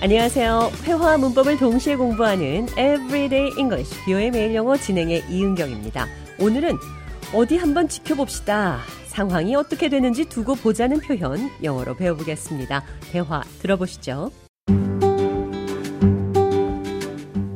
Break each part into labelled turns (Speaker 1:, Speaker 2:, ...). Speaker 1: 안녕하세요. 회화와 문법을 동시에 공부하는 Everyday English 뷰의 매일 영어 진행의 이은경입니다. 오늘은 어디 한번 지켜봅시다. 상황이 어떻게 되는지 두고 보자는 표현 영어로 배워보겠습니다. 대화 들어보시죠.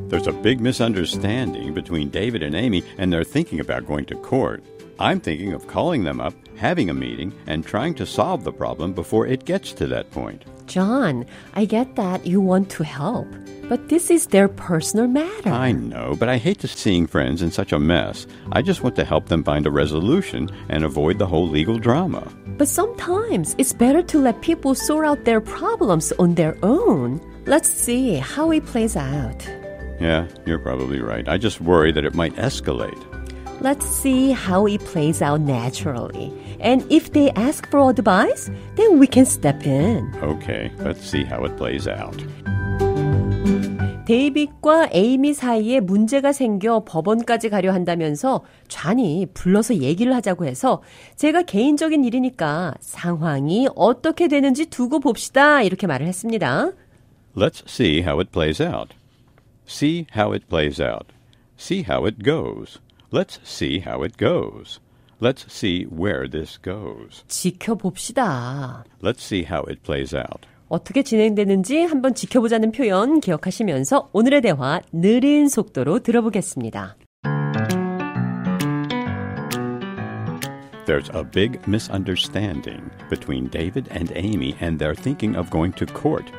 Speaker 2: There's a big misunderstanding between David and Amy, and they're thinking about going to court. I'm thinking of calling them up, having a meeting, and trying to solve the problem before it gets to that point.
Speaker 1: John, I get that you want to help, but this is their personal matter.
Speaker 2: I know, but I hate to seeing friends in such a mess. I just want to help them find a resolution and avoid the whole legal drama.
Speaker 1: But sometimes it's better to let people sort out their problems on their own. Let's see how it plays out.
Speaker 2: Yeah, you're probably right. I just worry that it might escalate.
Speaker 1: Let's see how it plays out naturally. And if they ask for advice, then we can step in.
Speaker 2: Okay, let's see how it plays out.
Speaker 1: 데이빗과 에이미 사이에 문제가 생겨 법원까지 가려 한다면서 좌니 불러서 얘기를 하자고 해서 제가 개인적인 일이니까 상황이 어떻게 되는지 두고 봅시다. 이렇게 말을 했습니다.
Speaker 2: Let's see how it plays out. See how it plays out. See how it goes. Let's see how it goes. Let's see where this goes.
Speaker 1: 지켜봅시다.
Speaker 2: Let's see how it plays out.
Speaker 1: 어떻게 진행되는지 한번 지켜보자는 표현 기억하시면서 오늘의 대화 느린 속도로 들어보겠습니다.
Speaker 2: There's a big misunderstanding between David and Amy, and they're thinking of going to court.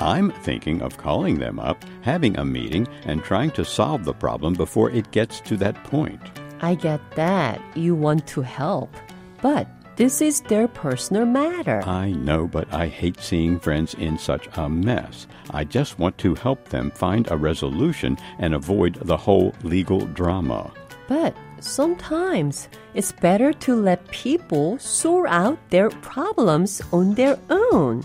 Speaker 2: I'm thinking of calling them up, having a meeting, and trying to solve the problem before it gets to that point.
Speaker 1: I get that you want to help, but this is their personal matter.
Speaker 2: I know, but I hate seeing friends in such a mess. I just want to help them find a resolution and avoid the whole legal drama.
Speaker 1: But sometimes it's better to let people sort out their problems on their own.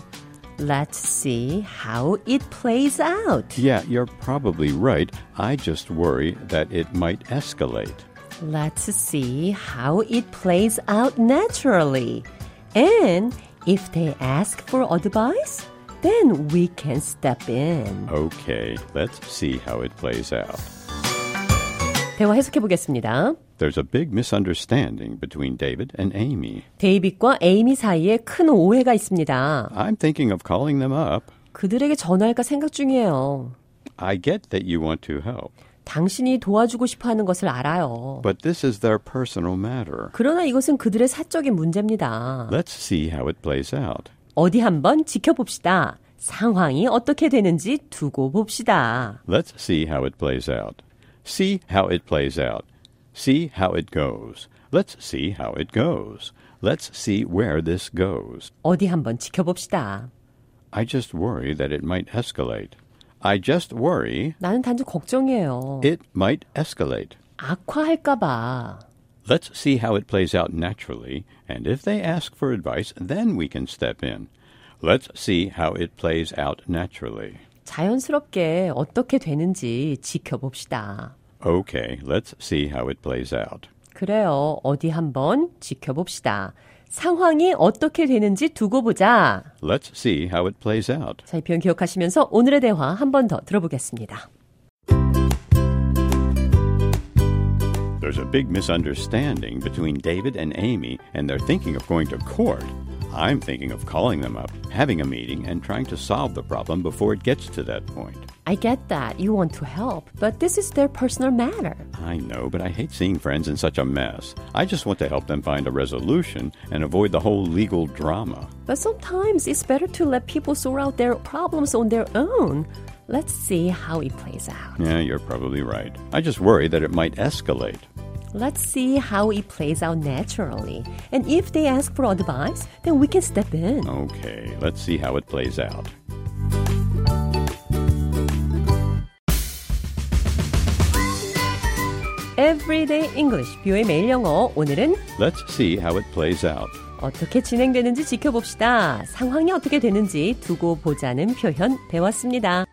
Speaker 1: Let's see how it plays out.
Speaker 2: Yeah, you're probably right. I just worry that it might escalate.
Speaker 1: Let's see how it plays out naturally. And if they ask for advice, then we can step
Speaker 2: Oh.
Speaker 1: in.
Speaker 2: Okay, let's see how it plays out.
Speaker 1: 대화 해석해 보겠습니다.
Speaker 2: There's a big misunderstanding between David and Amy.
Speaker 1: 데이빗과 에이미 사이에 큰 오해가 있습니다.
Speaker 2: I'm thinking of calling them up.
Speaker 1: 그들에게 전화할까 생각 중이에요.
Speaker 2: I get that you want to help,
Speaker 1: 당신이 도와주고 싶어 하는 것을 알아요.
Speaker 2: but this is their personal matter.
Speaker 1: 그러나 이것은 그들의 사적인 문제입니다.
Speaker 2: Let's see how it plays out.
Speaker 1: 어디 한번 지켜봅시다. 상황이 어떻게 되는지 두고 봅시다.
Speaker 2: Let's see how it plays out. See how it plays out. See how it goes. Let's see how it goes. Let's see where this goes.
Speaker 1: 어디 한번 지켜봅시다.
Speaker 2: I just worry that it might escalate. I just worry
Speaker 1: 나는 단지 걱정이에요.
Speaker 2: it might escalate.
Speaker 1: 악화할까봐.
Speaker 2: Let's see how it plays out naturally, and if they ask for advice, then we can step in. Let's see how it plays out naturally.
Speaker 1: 자연스럽게 어떻게 되는지 지켜봅시다.
Speaker 2: Okay, let's see how it plays out.
Speaker 1: 그래요. 어디 한번 지켜봅시다. 상황이 어떻게 되는지 두고 보자.
Speaker 2: Let's see how it plays out.
Speaker 1: 자, 이 표현 기억하시면서 오늘의 대화 한 번 더 들어보겠습니다.
Speaker 2: There's a big misunderstanding between David and Amy, and they're thinking of going to court. I'm thinking of calling them up, having a meeting, and trying to solve the problem before it gets to that point.
Speaker 1: I get that you want to help, but this is their personal matter.
Speaker 2: I know, but I hate seeing friends in such a mess. I just want to help them find a resolution and avoid the whole legal drama.
Speaker 1: But sometimes it's better to let people sort out their problems on their own. Let's see how it plays out.
Speaker 2: Yeah, you're probably right. I just worry that it might escalate.
Speaker 1: Let's see how it plays out naturally. And if they ask for advice, then we can step in.
Speaker 2: Okay, let's see how it plays out.
Speaker 1: Everyday English, 뷰의 매일 영어. 오늘은
Speaker 2: Let's see how it plays out.
Speaker 1: 어떻게 진행되는지 지켜봅시다. 상황이 어떻게 되는지 두고 보자는 표현 배웠습니다.